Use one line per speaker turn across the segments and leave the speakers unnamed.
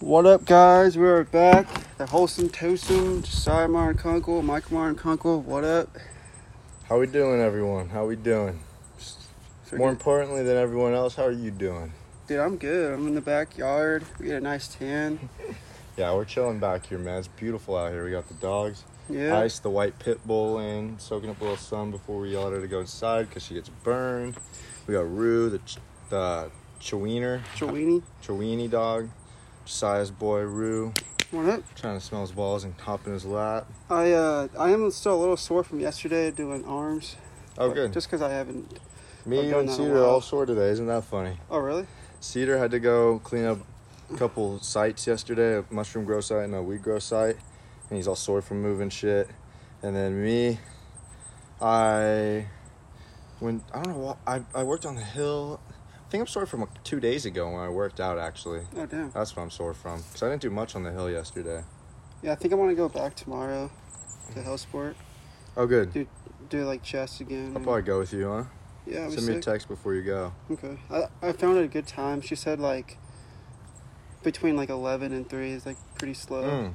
What up, guys? We are back. The wholesome twosome, Josiah Martin Kunkel, Mike Martin Kunkel. What up?
How we doing, everyone? How we doing? More importantly than everyone else, how are you doing?
Dude, I'm good. I'm in the backyard. We get a nice tan.
Yeah, we're chilling back here, man. It's beautiful out here. We got the dogs.
Yeah.
Ice the white pit bull in, soaking up a little sun before we yell at her to go inside because she gets burned. We got Rue, the ch- the Cheweener,
Chiweenie.
Cheweenie dog. Josiah's boy, Rue,
What up?
trying to smell his balls and hop in his lap.
I uh, I am still a little sore from yesterday doing arms.
Oh,
but
good.
Just because I haven't.
Me,
I've
you,
done
and
that a
Cedar are
while.
all sore today. Isn't that funny?
Oh, really?
Cedar had to go clean up a couple sites yesterday, a mushroom grow site and a weed grow site, and he's all sore from moving shit. And then me, I when I don't know what I, I worked on the hill. I think I'm sore from like, two days ago when I worked out actually.
Oh, damn.
That's what I'm sore from because I didn't do much on the hill yesterday.
Yeah, I think I want to go back tomorrow to health sport.
Oh good.
Dude, Do like chest again.
I'll probably go with you, huh?
Mm. yeah, we
Send me a text before you go.
Okay. I, I found it a good time. She said like between like eleven and three is like pretty slow,
Mm.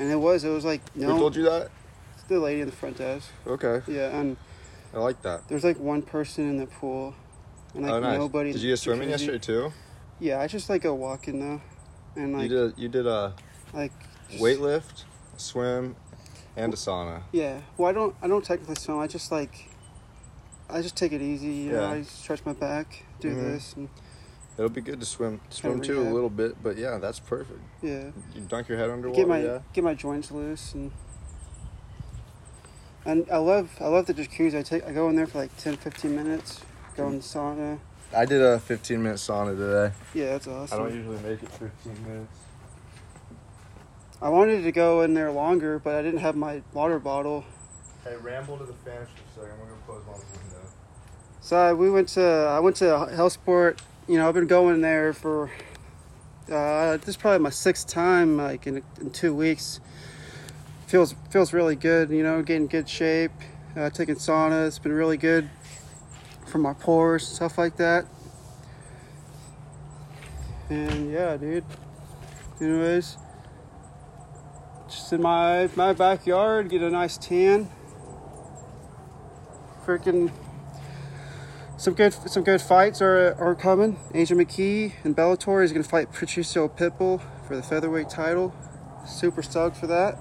and it was. It was like
Who
no,
told you that?
it's the lady in the front desk.
Okay,
Yeah, and
I like that.
there's like one person in the pool, and like
oh nice.
nobody.
Did you
in
go
the
swimming
jacuzzi.
yesterday too?
Yeah, I just like go walking though, and like
you did. You did a.
like just-
weightlift, a swim, and a sauna.
Yeah. Well, I don't. I don't technically swim. I just like. I just take it easy. You know,
Yeah.
I stretch my back, do
Mhm.
this, and
It'll be good to swim swim
Kinda
too a
rehab.
little bit, but yeah, that's perfect.
yeah.
You dunk your head underwater.
get my
yeah.
get my joints loose and and I love I love the jacuzzi. I take I go in there for like 10, 15 minutes. Go in the sauna.
I did a 15 minute sauna today.
Yeah, that's awesome. I,
usually make it 15 minutes.
wanted to go in there longer, but I didn't have my water bottle.
Hey, ramble to the fans for a second. We're gonna close my window.
So I, we went to I went to Health Sport. You know, I've been going there for uh, this is probably my sixth time like in, in two weeks. Feels feels really good. You know, getting good shape. Uh, taking sauna. It's been really good for my pores stuff like that. And yeah, dude. Anyways, just in my my backyard, get a nice tan. Freaking some good some good fights are are coming. Angel McKee and Bellator is going to fight Patricio Pitbull for the featherweight title. Super stoked for that.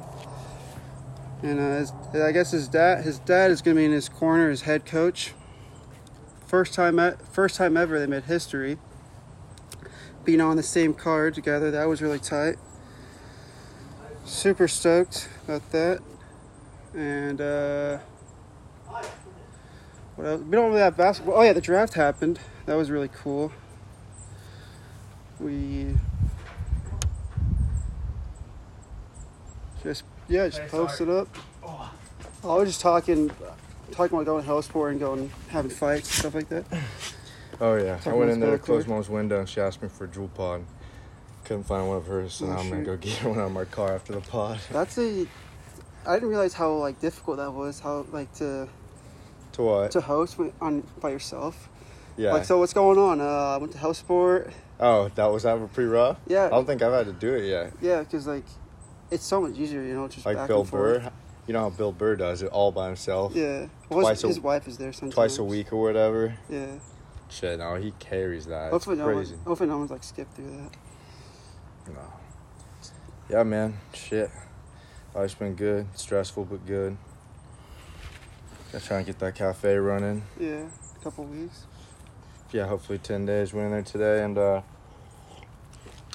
And uh, his, I guess his dad his dad is going to be in his corner as head coach. First time e- first time ever they made history. Being on the same card together that was really tight. Super stoked about that. And. Uh, what else? We don't really have basketball. Oh yeah, the draft happened. That was really cool. We just yeah, just
Hey,
posted up. Oh, I was just talking, talking about going to health sport and going having fights and stuff like that.
Oh yeah, I went in there to
back
close
there.
mom's window and she asked me for a jewel pod. Couldn't find one of hers, so
Oh,
now I'm gonna
shoot.
go get one out of my car after the pod.
That's a. I didn't realize how like difficult that was. How like to
to what?
to host when- on by yourself.
yeah.
Like so, what's going on? Uh, I went to health sport.
oh, that was that pretty rough.
Yeah.
I don't think I've had to do it yet.
Yeah, because like, it's so much easier, you know, just
like
back
Bill
and forth.
Burr. You know how Bill Burr does it all by himself,
Yeah. Well, his-
Twice a-
his wife is there sometimes.
twice a week or whatever.
Yeah.
Shit, no, he carries that. It's
Hopefully no, one,
crazy.
hopefully no one's like skipped through that.
No. Yeah, man. Shit, life's been good, stressful but good. Gotta try and get that cafe running.
Yeah. A couple weeks.
Yeah, hopefully ten days. Went in there today, and uh,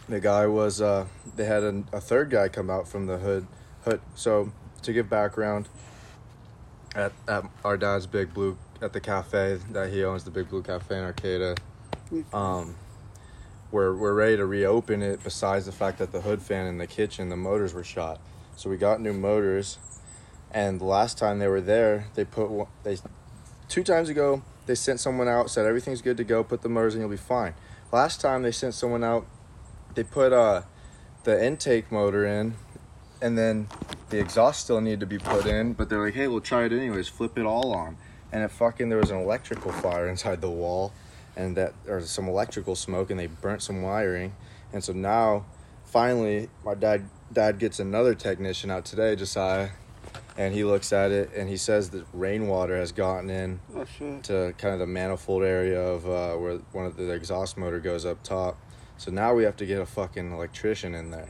the guy was uh, they had a, a third guy come out from the hood. Hood. So to give background, at at our dad's Big Blue at the cafe that he owns, the Big Blue Cafe in Arcata. um, we're, we're ready to reopen it besides the fact that the hood fan in the kitchen the motors were shot so we got new motors and the last time they were there they put one they two times ago they sent someone out said everything's good to go put the motors in you'll be fine last time they sent someone out they put uh the intake motor in and then the exhaust still needed to be put in but they're like hey we'll try it anyways flip it all on and it fucking there was an electrical fire inside the wall and that or some electrical smoke and they burnt some wiring and so now finally, my dad dad gets another technician out today, Josiah, and he looks at it and he says that rainwater has gotten in
Oh shit.
to kind of the manifold area of uh, where one of the, the exhaust motor goes up top. So now we have to get a fucking electrician in there.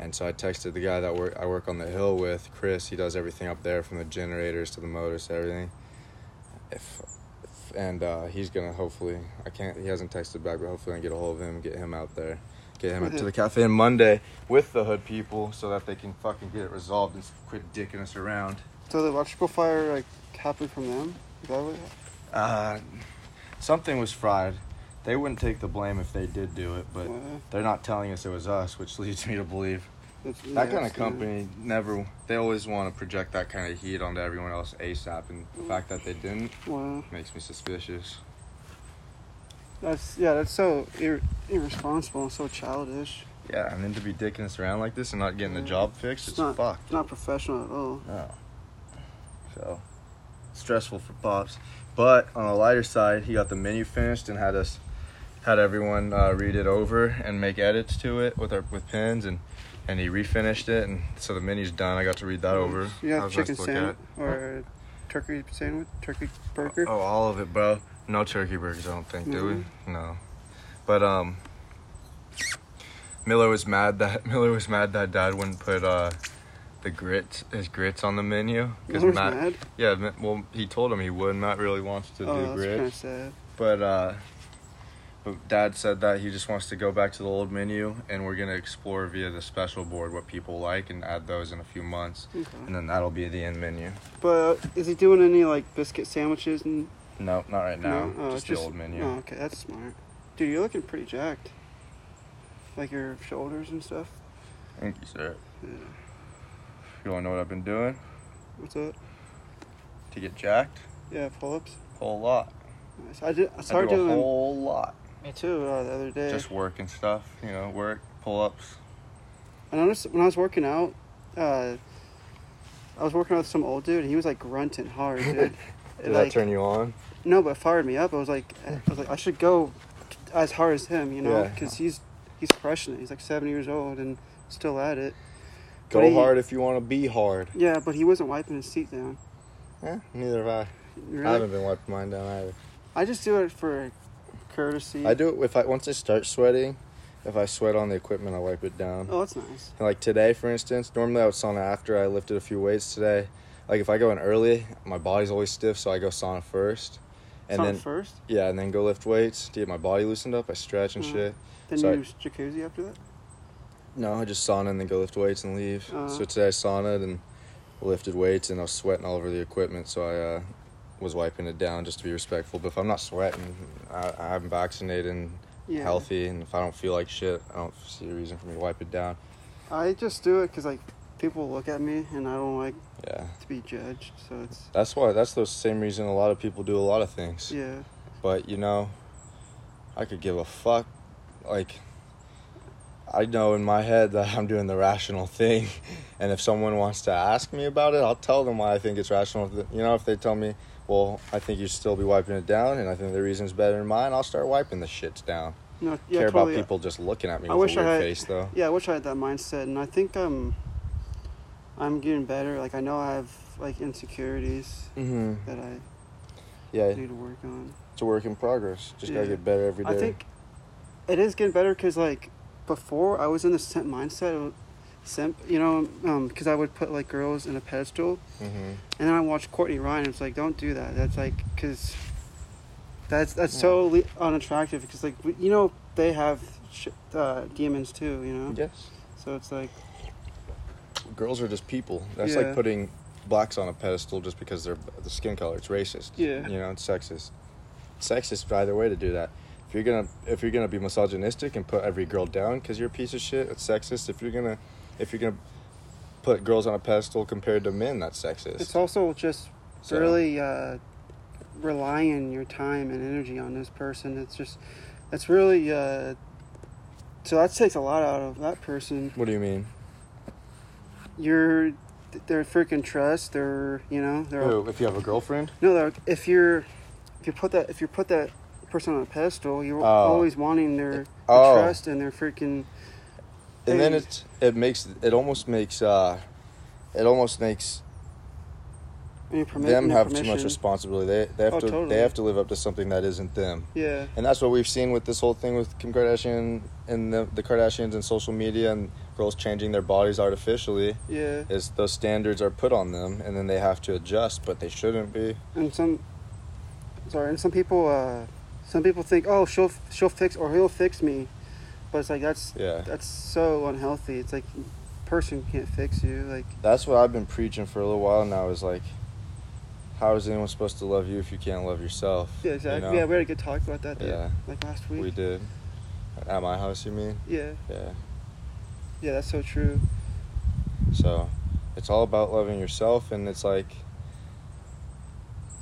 And so I texted the guy that work I work on the hill with, Chris. He does everything up there from the generators to the motors to everything. If, if and uh, he's gonna hopefully I can't he hasn't texted back, but hopefully I can get a hold of him, get him out there, get him out to the cafe on Monday with the hood people so that they can fucking get it resolved and quit dicking us around.
So the electrical fire like happened from them. Is that what?
Uh, something was fried. They wouldn't take the blame if they did do it, but
Wow.
they're not telling us it was us, which leads me to believe
That's,
that kind of company never. They always want to project that kind of heat onto everyone else ASAP, and the fact that they didn't
Wow.
makes me suspicious.
That's yeah. That's so ir- irresponsible and so childish.
Yeah, and then to be dicking us around like this and not getting the job fixed,
It's
it's,
not-
fucked.
Not professional at all.
No. So stressful for pops, but on a lighter side, he got the menu finished and had us had everyone uh, read it over and make edits to it with our with pens and and he refinished it and so the menu's done. I got to read that over.
You got
That was nice
chicken
to look
sandwich
at.
or turkey sandwich, turkey burger.
Oh, all of it, bro. No turkey burgers, I don't think, do
Mm-hmm.
we? No. But um Miller was mad that Miller was mad that dad wouldn't put uh the grits his grits on the menu
Miller's mad.
yeah, Ma- well, he told him he would. Matt really wants to
oh,
do
that's kind of
grits,
sad.
but uh, but Dad said that he just wants to go back to the old menu, and we're gonna explore via the special board what people like and add those in a few months,
Okay.
and then that'll be the end menu.
But is he doing any like biscuit sandwiches and?
No, not right now.
Oh,
just,
it's
the old menu.
Oh, okay, that's smart. Dude, you're looking pretty jacked. Like your shoulders and stuff.
Thank you, sir.
Yeah.
You wanna know what I've been doing
What's up?
to get jacked?
Yeah, pull-ups.
Whole lot.
Nice. I did. I
I
started
do a
doing
whole lot.
me too uh, the other day.
Just work and stuff. You know, work, pull ups.
I noticed when I was working out, uh, I was working out with some old dude, and he was like grunting hard, dude. And, like,
you on?
No, but it fired me up. I was like, I was like, I should go as hard as him, you know,
Yeah.
because he's he's crushing it. He's like seven years old and still at it.
Go
But he-
hard if you want to be hard.
Yeah, but he wasn't wiping his seat down.
Yeah, neither have I.
Really?
I haven't been wiping mine down either.
I just do it for courtesy.
I do it if I once I start sweating, if I sweat on the equipment, I wipe it down.
Oh, that's nice.
And, like today, for instance, normally I would sauna after I lifted a few weights today. Like if I go in early, my body's always stiff, so I go sauna first, and
Sauna
then
first,
yeah, and then go lift weights to get my body loosened up. I stretch and
Mhm.
shit.
then
so I-
you use jacuzzi after that.
No, I just sauna and then go lift weights and leave.
Uh-huh.
So today I saunaed and lifted weights, and I was sweating all over the equipment, so I uh, was wiping it down just to be respectful. But if I'm not sweating, I, I'm vaccinated. and
Yeah.
healthy and if i don't feel like shit i don't see a reason for me to wipe it down
I just do it because like people look at me and I don't like
yeah
to be judged. So it's
that's why that's the same reason a lot of people do a lot of things
yeah.
but you know i could give a fuck like i know in my head that i'm doing the rational thing and if someone wants to ask me about it i'll tell them why i think it's rational you know if they tell me well i think you should still be wiping it down and i think the reason's better than mine i'll start wiping the shits down
No, yeah,
care
totally.
about people just looking at me
I
with
wish
a
I
weird
had-
face though
Yeah, I wish I had that mindset, and I think I'm I'm getting better. Like I know I have like insecurities
mm-hmm
that I
yeah
need to work on.
it's a work in progress. Just gotta
Yeah.
get better every day.
I think it is getting better because like before I was in the simp mindset, of simp, you know, because I would put like girls in a pedestal,
hmm
and then I watched Courtney Ryan. It's like don't do that. That's like because that's that's so le- unattractive because like we- you know they have sh- uh, demons too, you know.
Yes.
So it's like
Girls are just people. That's
Yeah.
like putting blacks on a pedestal just because they're the skin color. It's racist.
Yeah.
You know, it's sexist. Sexist either way to do that. If you're gonna if you're gonna be misogynistic and put every girl down because you're a piece of shit, it's sexist. If you're gonna if you're gonna put girls on a pedestal compared to men, that's sexist.
it's also just
So-
really uh, relying your time and energy on this person. It's just, it's really, uh, so that takes a lot out of that person.
What do you mean?
You're, their freaking trust. They're, you know, they're
Who, if you have a girlfriend?
no. They're, if you're, if you put that, if you put that person on a pedestal, you're
Oh.
always wanting their, their
Oh.
trust and their freaking
and then
Hey.
it's it makes it almost makes uh, it almost makes
And you permit-
them
and
have too
permission.
much responsibility. They they have
Oh,
to
totally.
they have to live up to something that isn't them.
Yeah.
And that's what we've seen with this whole thing with Kim Kardashian and the, the Kardashians and social media and girls changing their bodies artificially.
Yeah.
Is those standards are put on them, and then they have to adjust, but they shouldn't be.
And some, sorry, and some people, uh, some people think, oh, she'll she'll fix or he'll fix me, but it's like that's
Yeah.
that's so unhealthy. It's like person can't fix you. Like
That's what I've been preaching for a little while now. Is like, how is anyone supposed to love you if you can't love yourself?
yeah,
you
exactly.
know?
Yeah, we had a good talk about that. Yeah.
Yeah.
Like last week.
We did. At my house, you mean?
Yeah.
Yeah.
Yeah, that's so true.
So, it's all about loving yourself, and it's like,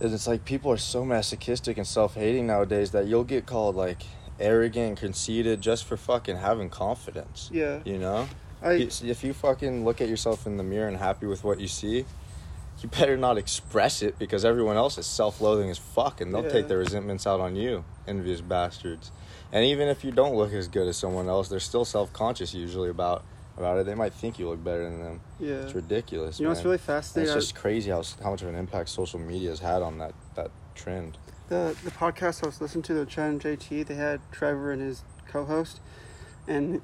and it's like people are so masochistic and self-hating nowadays that you'll get called like arrogant, and conceited, just for fucking having confidence.
Yeah.
You know,
I
if if you fucking look at yourself in the mirror and happy with what you see, you better not express it because everyone else is self-loathing as fuck, and they'll
Yeah.
take their resentments out on you, envious bastards. And even if you don't look as good as someone else, they're still self-conscious usually about about it. They might think you look better than them.
yeah.
It's ridiculous.
You know, it's
man.
really
And it's
fascinating. I-
just crazy how s- how much of an impact social media has had on that that trend.
the the podcast I was listening to, the Chad and JT, they had Trevor and his co-host, and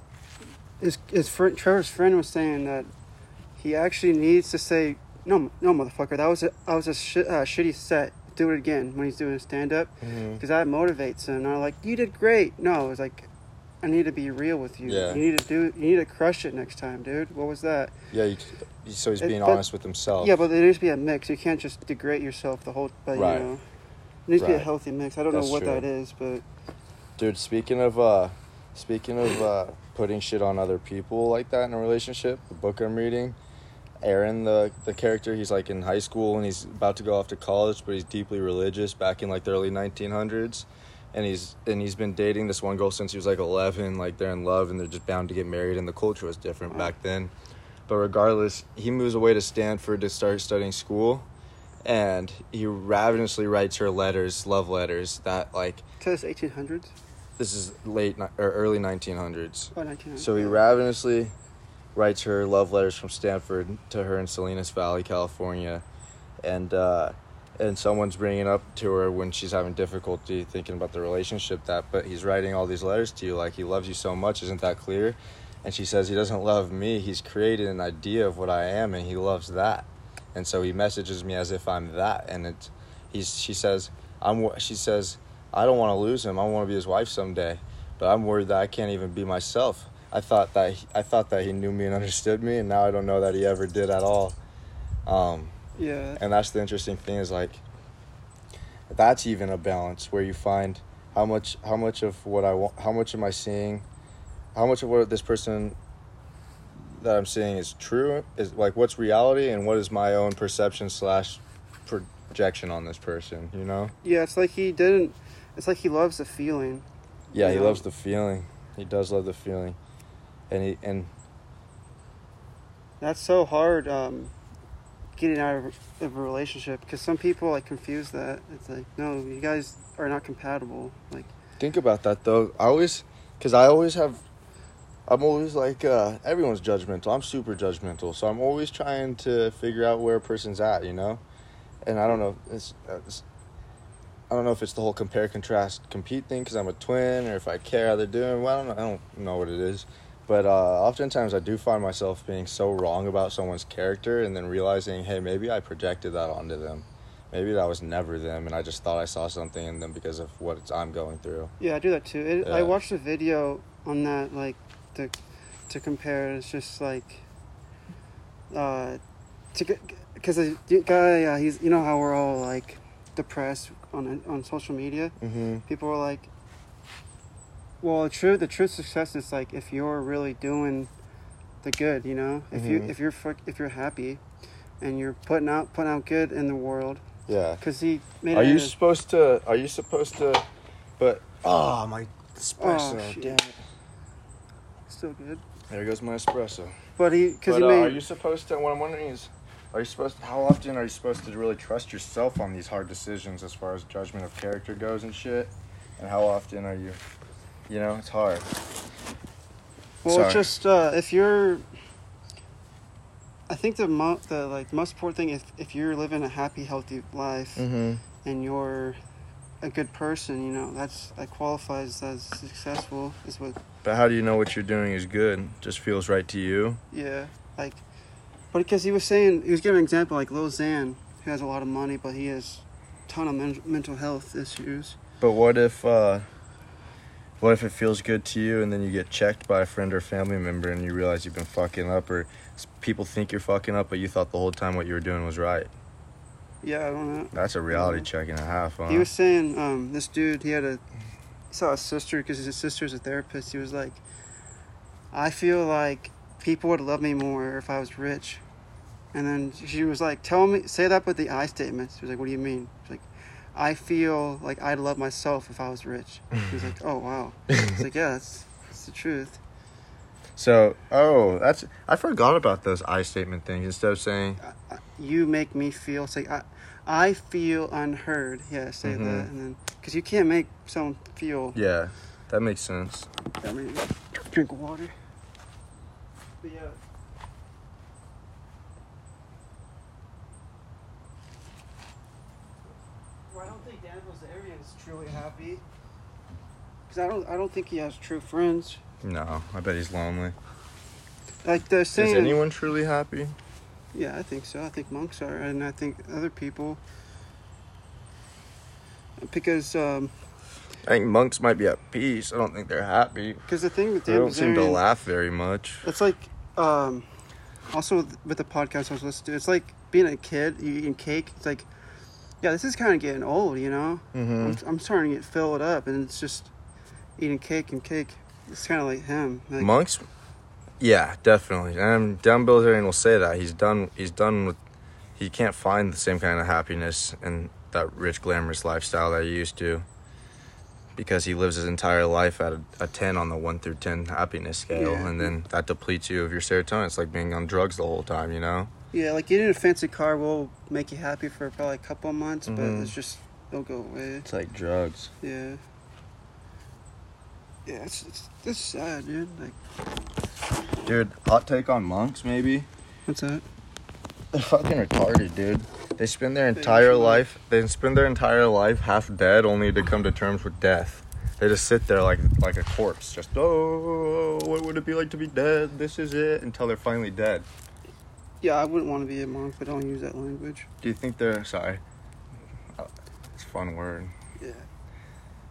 his his friend Trevor's friend was saying that he actually needs to say no, no, motherfucker, that was a that was a shi uh, shitty set. Do it again when he's doing stand up
Mhm.
because that motivates him. And I'm like, you did great. No, it was like, I need to be real with you.
Yeah.
You need to do. You need to crush it next time, dude. What was that?
Yeah, you, so he's
It-
being
but-
honest with himself.
Yeah, but there needs to be a mix. You can't just degrade yourself the whole. But you
Right.
know, there needs to be a
Right.
healthy mix. I don't
That's
know what
true.
that is, but
Dude, speaking of uh speaking of uh putting shit on other people like that in a relationship, the book I'm reading, Aaron the the character, he's like in high school and he's about to go off to college, but he's deeply religious back in like the early 1900s. And he's and he's been dating this one girl since he was like 11, like they're in love and they're just bound to get married and the culture was different back then. But regardless, he moves away to Stanford to start studying school and he ravenously writes her letters, love letters that like
So it's 1800s?
this is late ni- or early 1900s.
Oh, 1900s.
So he
yeah.
ravenously writes her love letters from Stanford to her in Salinas Valley, California, and uh, and someone's bringing up to her when she's having difficulty thinking about the relationship that, but he's writing all these letters to you like he loves you so much. Isn't that clear? And she says he doesn't love me. He's created an idea of what I am, and he loves that. And so he messages me as if I'm that, and it's he's she says I'm wo- she says I don't want to lose him. I want to be his wife someday, but I'm worried that I can't even be myself. I thought that he, I thought that he knew me and understood me, and now I don't know that he ever did at all. Um,
Yeah.
and that's the interesting thing is like that's even a balance where you find how much how much of what I want how much am I seeing how much of what this person that I'm seeing is true is like what's reality and what is my own perception slash projection on this person you know
Yeah, it's like he didn't. It's like he loves the feeling.
yeah he
Yeah.
loves the feeling he does love the feeling and he and
That's so hard um, getting out of, of a relationship because some people like confuse that. It's like, no, you guys are not compatible. Like,
think about that though I always because I always have I'm always like uh, everyone's judgmental. I'm super judgmental, so I'm always trying to figure out where a person's at, you know. And I don't know. It's, uh, it's I don't know if it's the whole compare, contrast, compete thing because I'm a twin, or if I care how they're doing. Well, I don't know, I don't know what it is, but uh, oftentimes I do find myself being so wrong about someone's character, and then realizing, hey, maybe I projected that onto them. Maybe that was never them, and I just thought I saw something in them because of what I'm going through.
yeah, I do that too. It, I
Yeah.
watched a video on that, like, to, to compare. It's just like, uh, to because the guy, uh, he's, you know how we're all like depressed on on social media.
Mm-hmm.
people are like well the true the true success is like if you're really doing the good you know if you
Mhm.
if you're frick- if you're happy and you're putting out putting out good in the world
Yeah.
because he made
Are
it
you
into-
supposed to? Are you supposed to? But oh my espresso!
Oh, shit.
damn.
still good
There goes my espresso.
but he because he
But uh, are
made
you supposed to? What I'm wondering is, are you supposed? How often are you supposed to really trust yourself on these hard decisions as far as judgment of character goes and shit? And how often are you? You know, it's hard.
Well,
Sorry.
it's just uh, if you're, I think the mo- the like most important thing if if you're living a happy, healthy life
Mm-hmm.
and you're a good person, you know that's that qualifies as successful. Is what
But how do you know what you're doing is good? Just feels right to you.
yeah like, but because he was saying he was giving an example like Lil Xan who has a lot of money but he has ton of men- mental health issues.
But what if, uh, what if it feels good to you and then you get checked by a friend or family member and you realize you've been fucking up or s- people think you're fucking up, but you thought the whole time what you were doing was right?
Yeah, I don't know.
That's a reality check and a half, huh?
Mm-hmm. He was saying um, this dude he had a he saw his sister because his sister's a therapist. He was like, I feel like people would love me more if I was rich. And then she was like, Tell me, say that with the I statements. She was like, What do you mean? She's like, I feel like I'd love myself if I was rich. He was like, Oh wow. He's like, Yeah, that's, that's the truth.
so, oh, that's I forgot about those I statement things. Instead of saying,
Uh, You make me feel say I, I feel unheard. Yeah, say
Mhm.
that, and then because you can't make someone feel
yeah, that makes sense.
I mean, drink water. But yeah. Well, I don't think Daniel's area is truly happy. Cause I don't, I don't think he has true friends.
No, I bet he's lonely.
Like they're
Is
saying.
anyone truly happy?
Yeah, I think so. I think monks are, and I think other people. Because, um,
I think monks might be at peace. I don't think they're happy.
because the thing with
They
Daniel
don't seem to
Bazarian-
laugh very much.
It's like, um, also with- with the podcast I was listening to, it's like being a kid, you eating cake. It's like, yeah, this is kind of getting old, you know?
Mm-hmm.
I'm, I'm starting to get filled up, and it's just eating cake and cake. It's kind of like him. Like,
Monks, yeah, definitely. And Dan Bilzerian will say that he's done. He's done with. He can't find the same kind of happiness and that rich, glamorous lifestyle that he used to, because he lives his entire life at a, a ten on the one through ten happiness scale,
Yeah.
and then that depletes you of your serotonin. It's like being on drugs the whole time, you know.
yeah, like getting a fancy car will make you happy for probably a couple of months,
Mhm.
but it's just, it'll go away.
It's like drugs.
Yeah. Yeah, it's, it's, it's sad, dude. Like,
Dude, hot take on monks, maybe.
what's that?
They're fucking retarded, dude. They spend their
They
entire
usually-
life. They spend their entire life half dead, only to come to terms with death. They just sit there like like a corpse, just oh, what would it be like to be dead? This is it, until they're finally dead.
Yeah, I wouldn't want to be a monk, but don't use that language.
Do you think they're sorry? Uh, It's a fun word.
Yeah.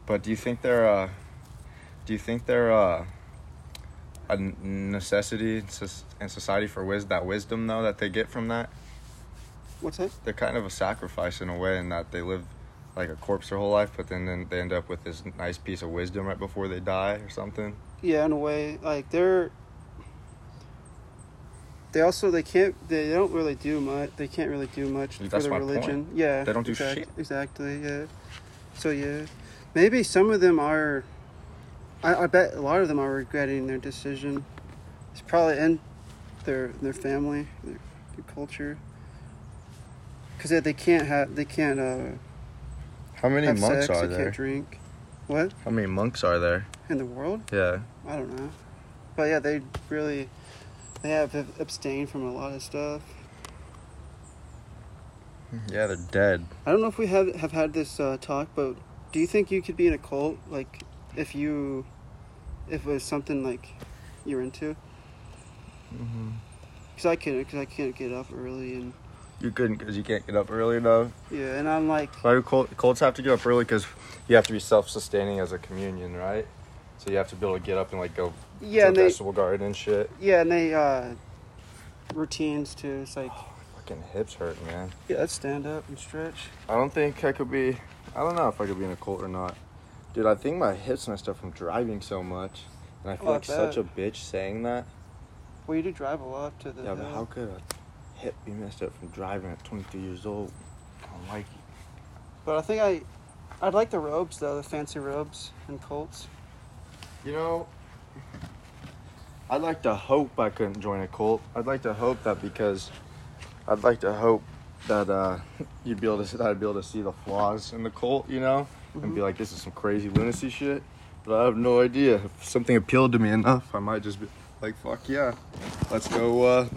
But do you think they're uh, do you think they're uh, a n- necessity in soc- in society for wis that wisdom though that they get from that?
What's that?
they're kind of a sacrifice in a way in that they live like a corpse their whole life, but then, then they end up with this nice piece of wisdom right before they die or something.
Yeah, in a way, like they're. They also they can't they don't really do much. They can't really do much
That's
for their
my
religion. Yeah,
They don't do
exact-
shit.
Exactly. Yeah. So yeah, maybe some of them are. I, I bet a lot of them are regretting their decision. It's probably in their their family, their, their culture. Because they, they can't have they can't uh,
How many
have
monks
sex.
are
they
there?
can't drink. What
How many monks are there?
in the world?
Yeah.
I don't know. But yeah, they really they have ab- abstained from a lot of stuff.
Yeah, they're dead.
I don't know if we have have had this uh, talk, but do you think you could be in a cult like if you if it was something like you're into?
Mm-hmm.
Because I can't because I can't get up early and
You couldn't because you can't get up early enough.
yeah, and I'm like
Why do Col- Colts have to get up early? Because you have to be self-sustaining as a communion, right? So you have to be able to get up and like go
yeah,
to
and
the
they
vegetable garden and shit.
yeah, and they uh, routines too. It's like
Fucking hips hurt, man.
yeah, let's stand up and stretch.
I don't think I could be. I don't know if I could be in a cult or not. Dude, I think my hips messed up from driving so much, and I feel
Oh, I
like such a
bet.
bitch saying that.
Well, you do drive a lot to the
Yeah, but
hill.
how could a hip be messed up from driving at 23 years old? I don't like it.
But I think I I'd like the robes though, the fancy robes and colts.
You know, I'd like to hope I couldn't join a cult. I'd like to hope that because I'd like to hope that uh, you'd Mm-hmm. be able to that I'd be able to see the flaws in the cult, you know, and be like, this is some crazy lunacy shit. But I have no idea. If something appealed to me enough, I might just be like, fuck yeah. Let's go uh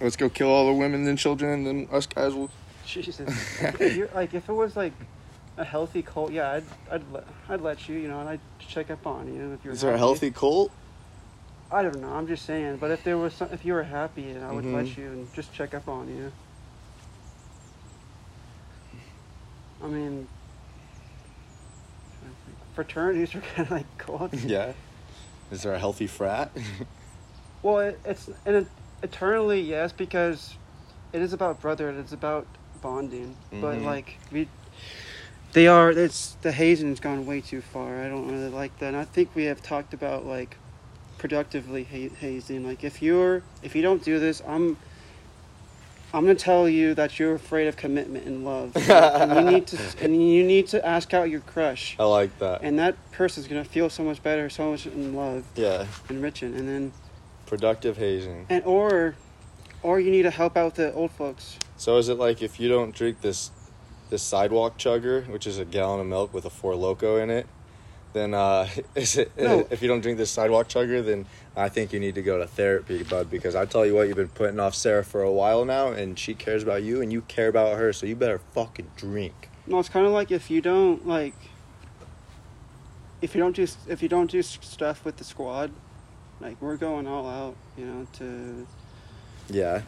let's go kill all the women and children and then us guys will
Jesus. if you're, like if it was like a healthy cult, yeah, I'd I'd let I'd let you, you know, and I'd check up on you, you know, if you're.
Is there a healthy cult?
I don't know. I'm just saying. But if there was some, if you were happy, and I would
Mhm.
let you and just check up on you. I mean, fraternities are kind of like cults.
Yeah. Is there a healthy frat?
Well, it, it's and it, eternally yes because it is about brotherhood. It's about bonding. But
Mhm.
like we, they are. It's the hazing's gone way too far. I don't really like that. And I think we have talked about like productively ha- hazing. Like if you're if you don't do this, I'm. I'm gonna tell you that you're afraid of commitment and love, and you need to and you need to ask out your crush,
I like that.
and that person's gonna feel so much better, so much in love,
yeah.
enriching, and then
Productive hazing.
and or, or you need to help out the old folks.
So is it like if you don't drink this this sidewalk chugger, which is a gallon of milk with a four loco in it, then uh, is it
No.
if you don't drink this sidewalk chugger, then I think you need to go to therapy, bud, because I tell you what, you've been putting off Sarah for a while now and she cares about you and you care about her, so you better fucking drink.
No, it's kind of like if you don't like. If you don't do if you don't do s- stuff with the squad, like we're going all out, you know. To
Yeah.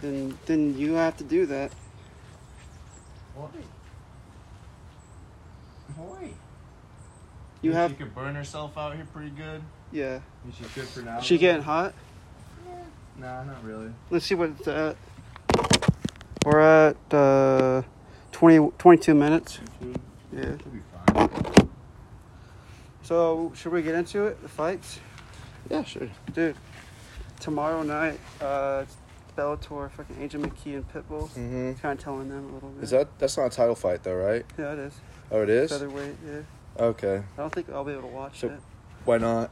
then then you have to do that.
Boy.
You have
could burn herself out here pretty good.
yeah.
She's good for now.
She getting hot.
Nah, not really.
Let's see what it's at. We're at uh, 20, 22 minutes. Yeah.
She'll be fine.
So should we get into it? The fights.
Yeah, sure.
Dude, tomorrow night, uh, it's Bellator, fucking Agent McKee and Pitbull.
Mm-hmm.
Kind of telling them a little bit.
Is that that's not a title fight though, right?
Yeah, it is.
Oh, it is.
Featherweight. Yeah.
Okay,
I don't think I'll be able to watch
So-
it
why not?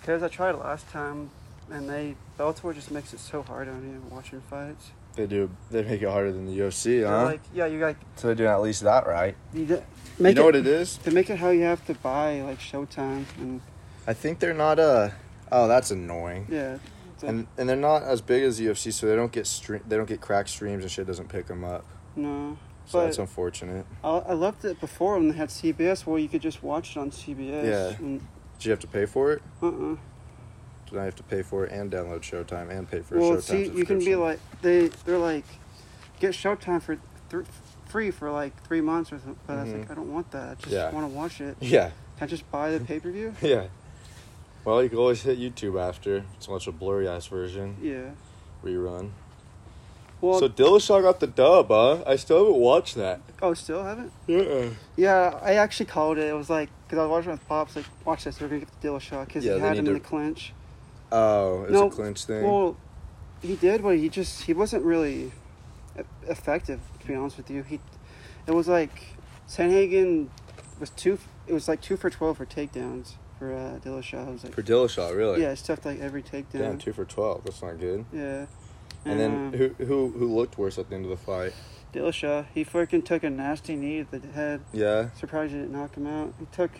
because I tried last time, and they Bellator just makes it so hard on you watching fights.
They do. They make it harder than the UFC,
They're
huh?
Like, yeah, you like
so they're doing at least that right.
you d- make
you know
it,
what it is?
They make it how you have to buy like Showtime and
I think they're not uh Oh, that's annoying.
yeah. So-
And and they're not as big as the UFC, so they don't get stre- They don't get cracked streams and shit. Doesn't pick them up.
No,
So
But-
that's unfortunate.
I, I loved it before when they had CBS, where you could just watch it on CBS.
Yeah. Did you have to pay for it?
Uh uh
Did I have to pay for it and download Showtime and pay for a
well,
Showtime
see, you can be
subscription?
like they they're like get Showtime for th- free for like three months or something. But I was
Mhm.
like, I don't want that. I just
Yeah.
want to watch it.
Yeah,
Can I just buy the pay per view?
yeah. Well, you can always hit YouTube after. It's much a blurry ass version
Yeah.
rerun.
Well,
so Dillashaw got the dub, huh? I still haven't watched that.
oh, still haven't.
Yeah.
Yeah, I actually called it. It was like because I was watching with pops. Like, watch this. We're gonna get the deal shot because
Yeah,
he
they
had
need
him in
to-
the clinch.
Oh, it's
No,
a clinch thing.
Well, he did, but he just he wasn't really e- effective. To be honest with you, he it was like Sanhagen was two. It was like two for twelve for takedowns for uh, Dillashaw. It was like
for Dillashaw, really?
yeah, stuffed like every takedown.
Damn, two for twelve. That's not good.
Yeah.
And then
uh,
who who who looked worse at the end of the fight?
Dillashaw, he freaking took a nasty knee to the head.
Yeah,
Surprised he didn't knock him out. He took.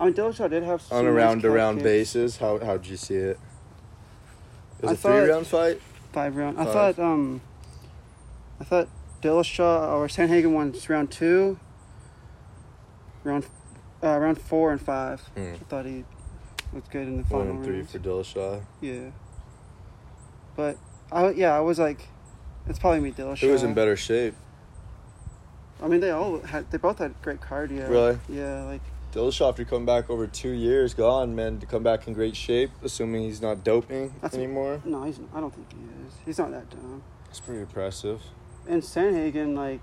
I mean, Dillashaw did have some
on a
nice
round to
calf
round
kicks.
basis. How how'd you see it? It was
I
a
thought-
three round fight.
Five round. I
Five.
thought. Um. I thought Dillashaw or Sanhagen won just round two. Round, uh, round four and five.
Hmm.
I thought he was good in the
One
final
and three
rounds.
for Dillashaw.
Yeah. But I yeah I was like, it's probably me Dillashaw.
Who was in better shape?
I mean, they all had. They both had great cardio.
Really?
Yeah, like
Dillashaw, after come back over two years, gone man to come back in great shape, assuming he's not doping
That's-
anymore.
no, he's. I don't think he is. He's not that dumb.
It's pretty impressive.
And Sanhagen, like,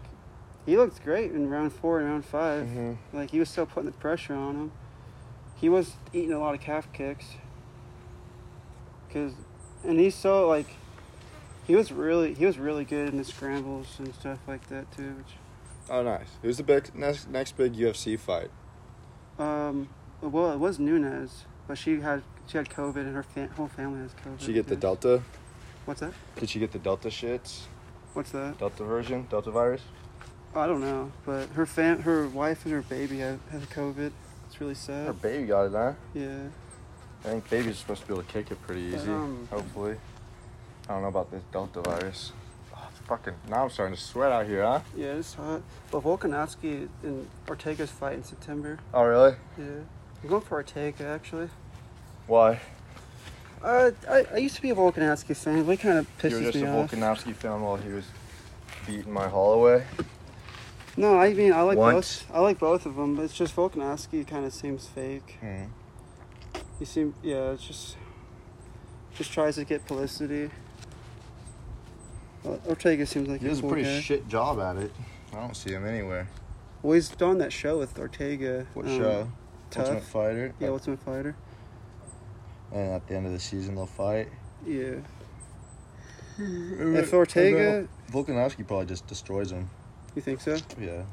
he looked great in round four and round 5
hmm
Like he was still putting the pressure on him. He was eating a lot of calf kicks. Cause, and he's so like, he was really he was really good in the scrambles and stuff like that too. Which,
Oh, nice. Who's the big, next next big UFC fight?
um, well, it was Nunez, but she had she had COVID and her fa- whole family has COVID.
Did she get the
yeah.
Delta?
What's that?
Did she get the Delta shits?
What's that?
Delta version? Delta virus?
I don't know, but her fam her wife and her baby have, have COVID. It's really
Her
sad.
baby got it, huh?
Yeah.
I think babies are supposed to be able to kick it pretty
But,
easy.
um,
hopefully. I don't know about this Delta virus. Oh, it's fucking. Now I'm starting to sweat out here, huh?
Yeah, it's hot. But Volkanovski and Ortega's fight in September.
Oh, really?
Yeah. I'm going for Ortega, actually.
Why?
Uh, I, I used to be a Volkanovski fan, but it kind of
you were
pisses
just
me
a
off.
Volkanovski fan while he was beating my Holloway.
No, I mean I like
Once.
both. I like both of them, but it's just Volkanovski kind of seems fake.
Hmm.
He seem yeah, it's just just tries to get publicity. Well, Ortega seems like
He
a
does a
cool
pretty
guy.
shit job at it. I don't see him anywhere.
well, he's done that show with Ortega.
What
um,
show?
Tough.
Ultimate Fighter.
Yeah, Ultimate Fighter.
And at the end of the season, they'll fight.
Yeah. If Ortega,
Volkanovski probably just destroys him.
you think so?
Yeah.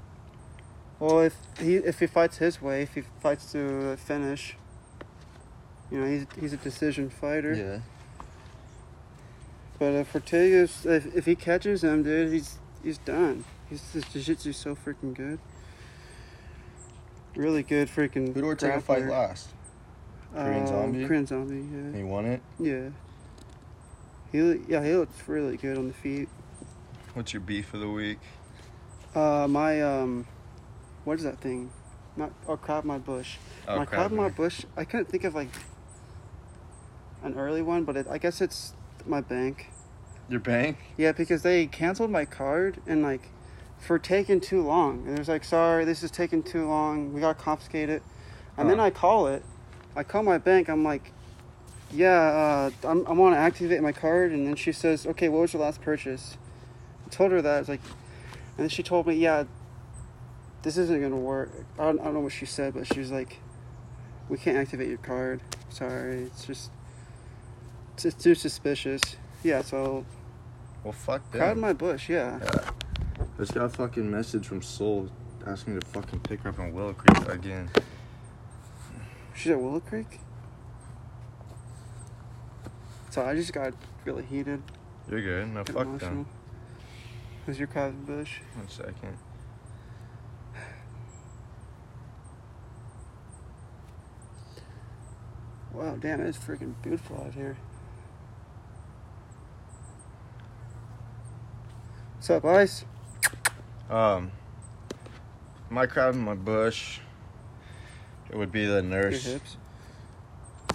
Well, if he if he fights his way, if he fights to the finish, you know he's he's a decision fighter.
Yeah.
But if Ortega's, if, if he catches him, dude, he's he's done. He's his jiu-jitsu's so freaking good. Really good freaking.
Who do Ortega fight
grappler.
last? Korean
Um,
Zombie?
Korean zombie.
He won it.
Yeah. Yeah. He loo- yeah he looks really good on the feet.
What's your beef of the week?
Uh, my um, what is that thing? Not oh crab my bush.
Oh,
my crab my bush. I couldn't think of like an early one, but it, I guess it's my bank.
Your bank?
Yeah, because they canceled my card and like for taking too long. And it was like, sorry, this is taking too long. We gotta confiscate it. And then
Huh.
I call it. I call my bank. I'm like, yeah, uh, I'm, I want to activate my card. And then she says, okay, what was your last purchase? I told her that. I was like, and then she told me, yeah, this isn't gonna work. I don't, I don't know what she said, but she was like, we can't activate your card. Sorry, it's just, it's, it's too suspicious. Yeah, so
Well, fuck
Crowd
them.
my bush, yeah.
Just got a fucking message from Soul asking me to fucking pick her up in Willow Creek again.
She's at Willow Creek. So I just got really heated,
You're good. No,
and
fuck
emotional.
them.
Who's your crowd my bush?
One second.
Wow, damn, it's freaking beautiful out here. What's up, Ice?
Um, my crowd in my bush. It would be the
Your
nurse.
hips.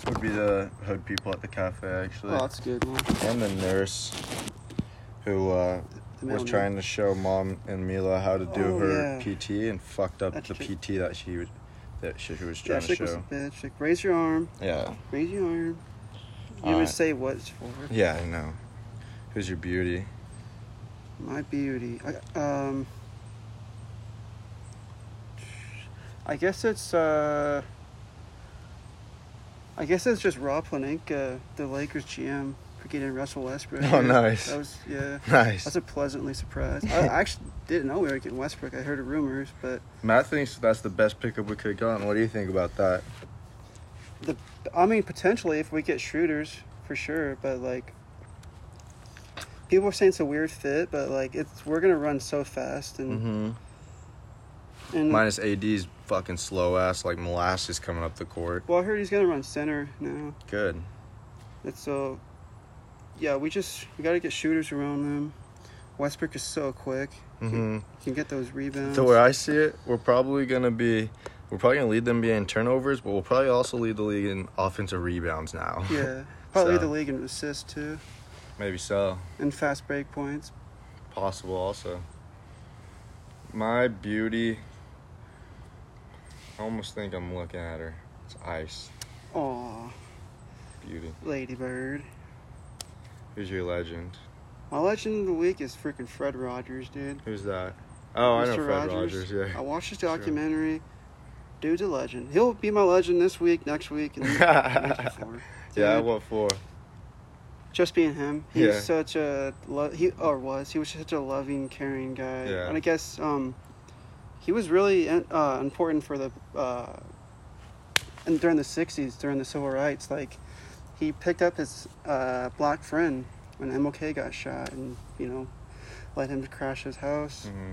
It would be the hood people at the cafe actually,
Oh, that's a good one.
and the nurse, who uh,
The
was
mailman.
trying to show mom and Mila how to do
Oh, yeah.
her PT and fucked up
That's
the
true.
PT that she was that she, she was
Yeah,
trying to
Chick was a
show.
bitch. Like, raise your arm,
Yeah.
raise your arm. You would
Alright.
say what it's for.
Yeah, I know. Who's your beauty?
My beauty. I, um. I guess it's. uh I guess it's just Rob Palenka, the Lakers GM, for getting Russell Westbrook.
Oh, nice.
That was yeah. I
Nice.
was pleasantly surprised. I I actually didn't know we were getting Westbrook. I heard of rumors, but
Matt thinks that's the best pickup we could have gotten. What do you think about that?
I mean, potentially if we get shooters for sure. But like, people are saying it's a weird fit, but like, it's we're gonna run so fast and
Mm-hmm.
and
Minus AD's fucking slow ass like molasses coming up the court.
well, I heard he's gonna run center now.
Good.
And so, uh, yeah, we just we gotta get shooters around them. Westbrook is so quick;
Mm-hmm.
he can get those rebounds.
So where I see it, we're probably gonna be, we're probably gonna lead them in turnovers, but we'll probably also lead the league in offensive rebounds now.
yeah, probably
So.
the league in assists too,
Maybe so.
and fast break points.
Possible also. My beauty. I almost think I'm looking at her. It's ice
Aw,
beauty.
Ladybird.
Who's your legend?
My legend of the week is freaking Fred Rogers, dude.
Who's that? Oh, I
Mr.
know Fred
Rogers. Oh,
Rogers.
I watched his
Sure.
documentary. Dude's a legend. He'll be my legend this week, next week, and the week before.
yeah. Yeah,
Dude,
what for?
just being him. He's
Yeah.
such a lo- he or was he was such a loving, caring guy.
Yeah.
And I guess um, he was really uh, important for the uh, and during the '60s, during the civil rights, like he picked up his uh, black friend when MLK got shot, and you know, let him crash his house,
hmm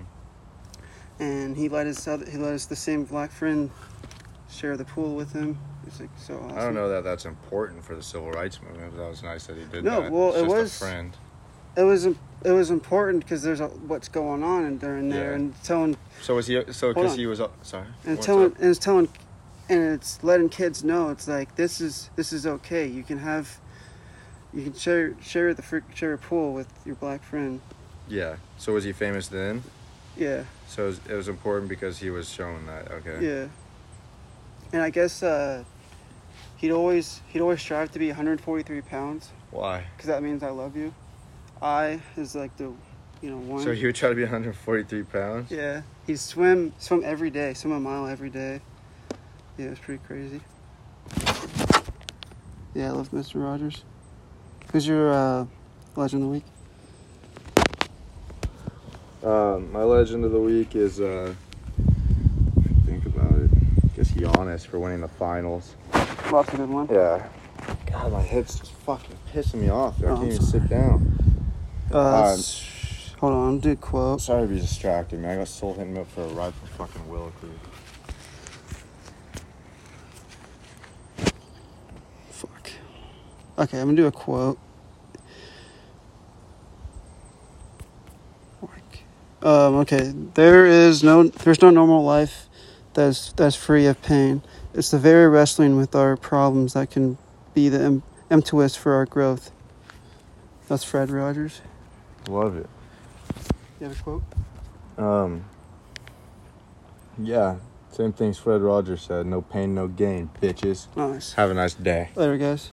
and he let his other, he let his the same black friend share the pool with him. It's like so awesome.
I don't know that that's important for the civil rights movement, but that was nice that he did
No,
that.
well,
It's
it
just
was-
a friend.
It was it was important because there's a, what's going on in there and there
Yeah.
and telling
So was he? So
Hold
because
on.
he was. uh, Sorry.
and
What's
telling
up?
and it's telling and it's letting kids know it's like this is this is okay. You can have you can share share the fr- share a pool with your black friend.
Yeah. So was he famous then?
Yeah,
So it was, it was important because he was showing that. Okay.
yeah. And I guess uh, he'd always he'd always strive to be 143 pounds
Why?
because that means I love you. I is like the you know one.
So he would try to be 143 pounds.
Yeah, he swim swim every day, swim a mile every day. Yeah, it's pretty crazy. Yeah, I love Mr. Rogers. Who's your uh, legend of the week?
Um, my legend of the week is. Uh, think about it. Guess Giannis for winning the finals.
Lots of good one.
Yeah. God, my head's just fucking pissing me off. I
Oh,
can't
I'm
even sit down.
Uh,
Um,
sh- hold on, do a quote.
Sorry to be distracting, man. I got soul hitting me up for a ride from fucking Willow Creek.
Fuck. Okay, I'm gonna do a quote. Like, Um, okay, there is no, there's no normal life that's that's free of pain. It's the very wrestling with our problems that can be the em- impetus for our growth. That's Fred Rogers.
Love it.
You have a quote?
Um, yeah, same things Fred Rogers said. No pain, no gain, bitches.
Nice.
Have a nice day.
Later, guys.